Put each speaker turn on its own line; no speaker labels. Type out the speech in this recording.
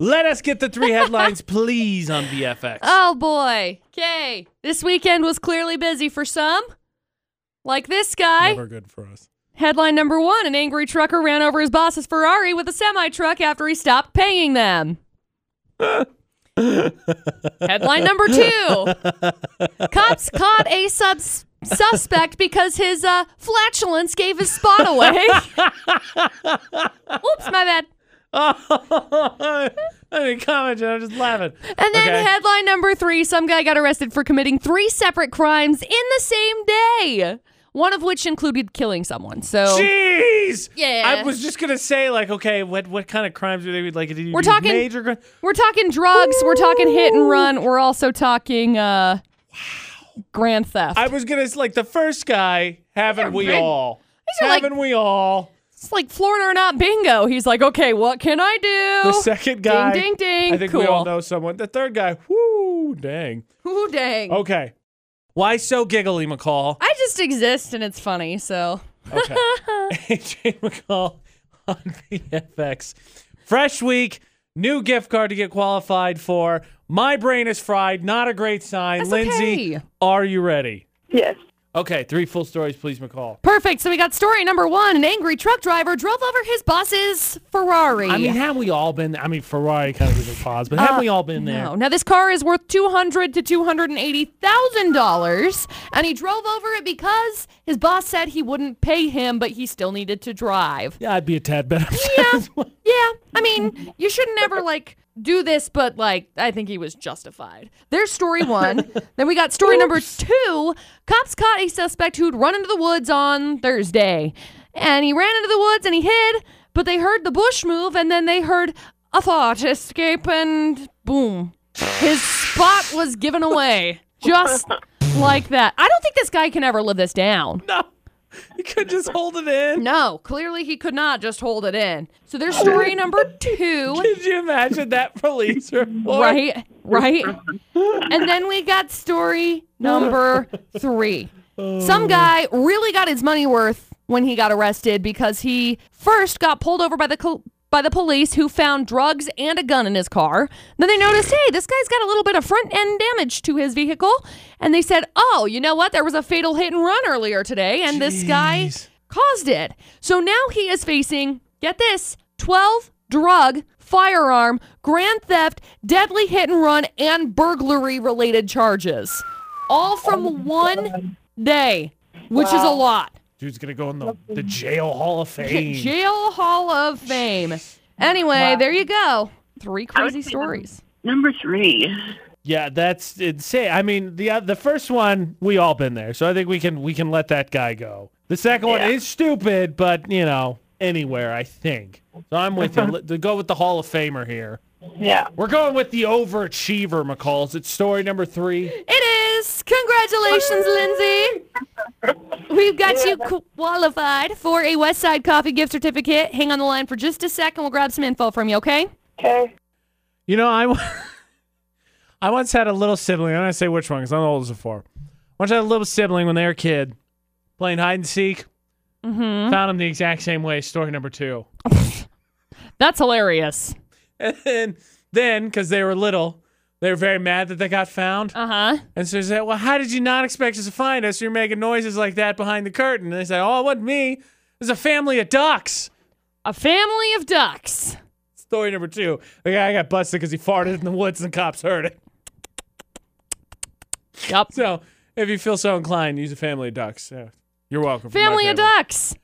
Let us get the three headlines, please, on VFX.
Oh boy. Okay. This weekend was clearly busy for some. Like this guy.
Never good for us.
Headline number one An angry trucker ran over his boss's Ferrari with a semi truck after he stopped paying them. Headline number two Cops caught a subs- suspect because his uh, flatulence gave his spot away. Oops, my bad.
I didn't comment, and I'm just laughing.
And then
Okay.
headline number three some guy got arrested for committing three separate crimes in the same day, one of which included killing someone. So.
Jeez!
Yeah.
I was just gonna say, like, okay, what what kind of crimes do they like? Did you
We're
do
talking-
major crimes?
We're talking drugs. We're talking hit and run. We're also talking uh, grand theft.
I was gonna like the first guy. Haven't we
big-
all?
are like-
Haven't we all?
it's like Florida or not bingo. He's like, okay, what can I do?
The second guy.
ding, ding.
I think
cool.
we all know someone. The third guy. Whoo! Dang.
Ooh, dang.
Okay. Why so giggly, McCall?
I just exist and it's funny. So
Okay. AJ McCall on VFX. Fresh week, new gift card to get qualified for. My brain is fried. Not a great sign.
That's
Lindsay,
okay.
are you ready?
Yes.
Okay, three full stories, please, McCall.
perfect. So we got story number one: an angry truck driver drove over his boss's Ferrari.
I mean, have we all been? I mean, Ferrari kind of gives a pause, but have we all been there?
Uh, No. Now this car is worth two hundred to two hundred and eighty thousand dollars, and he drove over it because his boss said he wouldn't pay him, but he still needed to drive.
Yeah, I'd be a tad better.
yeah, yeah. I mean, you should never like do this, but like, I think he was justified. There's story one. then we got story number two. Cops caught a suspect who'd run into the woods on Thursday, and he ran into the woods and he hid. But they heard the bush move, and then they heard a thought escape, and boom, his spot was given away. Just like that. I don't think this guy can ever live this down.
no, you could just hold it in.
No, clearly he could not just hold it in. So there's story number two,
Could you imagine that police report?
right? Right? And then we got story number three. Some guy really got his money worth when he got arrested because he first got pulled over by the col- by the police who found drugs and a gun in his car. Then they noticed, hey, this guy's got a little bit of front end damage to his vehicle. And they said, oh, you know what? There was a fatal hit and run earlier today, and this guy
Jeez.
caused it. So now he is facing, get this, 12 drug, firearm, grand theft, deadly hit and run, and burglary related charges. All from one day, which is a lot.
Dude's gonna go in the, the jail hall of fame.
Jail Hall of Fame. Anyway, there you go. Three crazy stories.
Number three.
Yeah, that's insane. I mean, the uh, the first one we all been there, so I think we can we can let that guy go. The second
Yeah.
one is stupid, but you know, anywhere I think. So I'm with you. Let- To go with the Hall of Famer here,
Yeah.
we're going with the overachiever, McCall's. It's story number three.
It is. Congratulations, Lindsay. We've got you qualified for a West Side Coffee gift certificate. Hang on the line for just a second. We'll grab some info from you, okay?
Okay.
You know, I w- I once had a little sibling. I'm not gonna say which one because I'm the oldest of four. Once I had a little sibling when they were a kid, playing hide and seek.
Mm-hmm.
Found him the exact same way. Story number two.
That's hilarious.
And then, then because they were little, they were very mad that they got found.
Uh huh.
And so they said, Well, how did you not expect us to find us? You're making noises like that behind the curtain. And they said, Oh, it wasn't me. It was a family of ducks.
A family of ducks.
Story number two the guy got busted because he farted in the woods and the cops heard it.
Yep.
So if you feel so inclined, use a family of ducks. So you're welcome. for my
Family of ducks.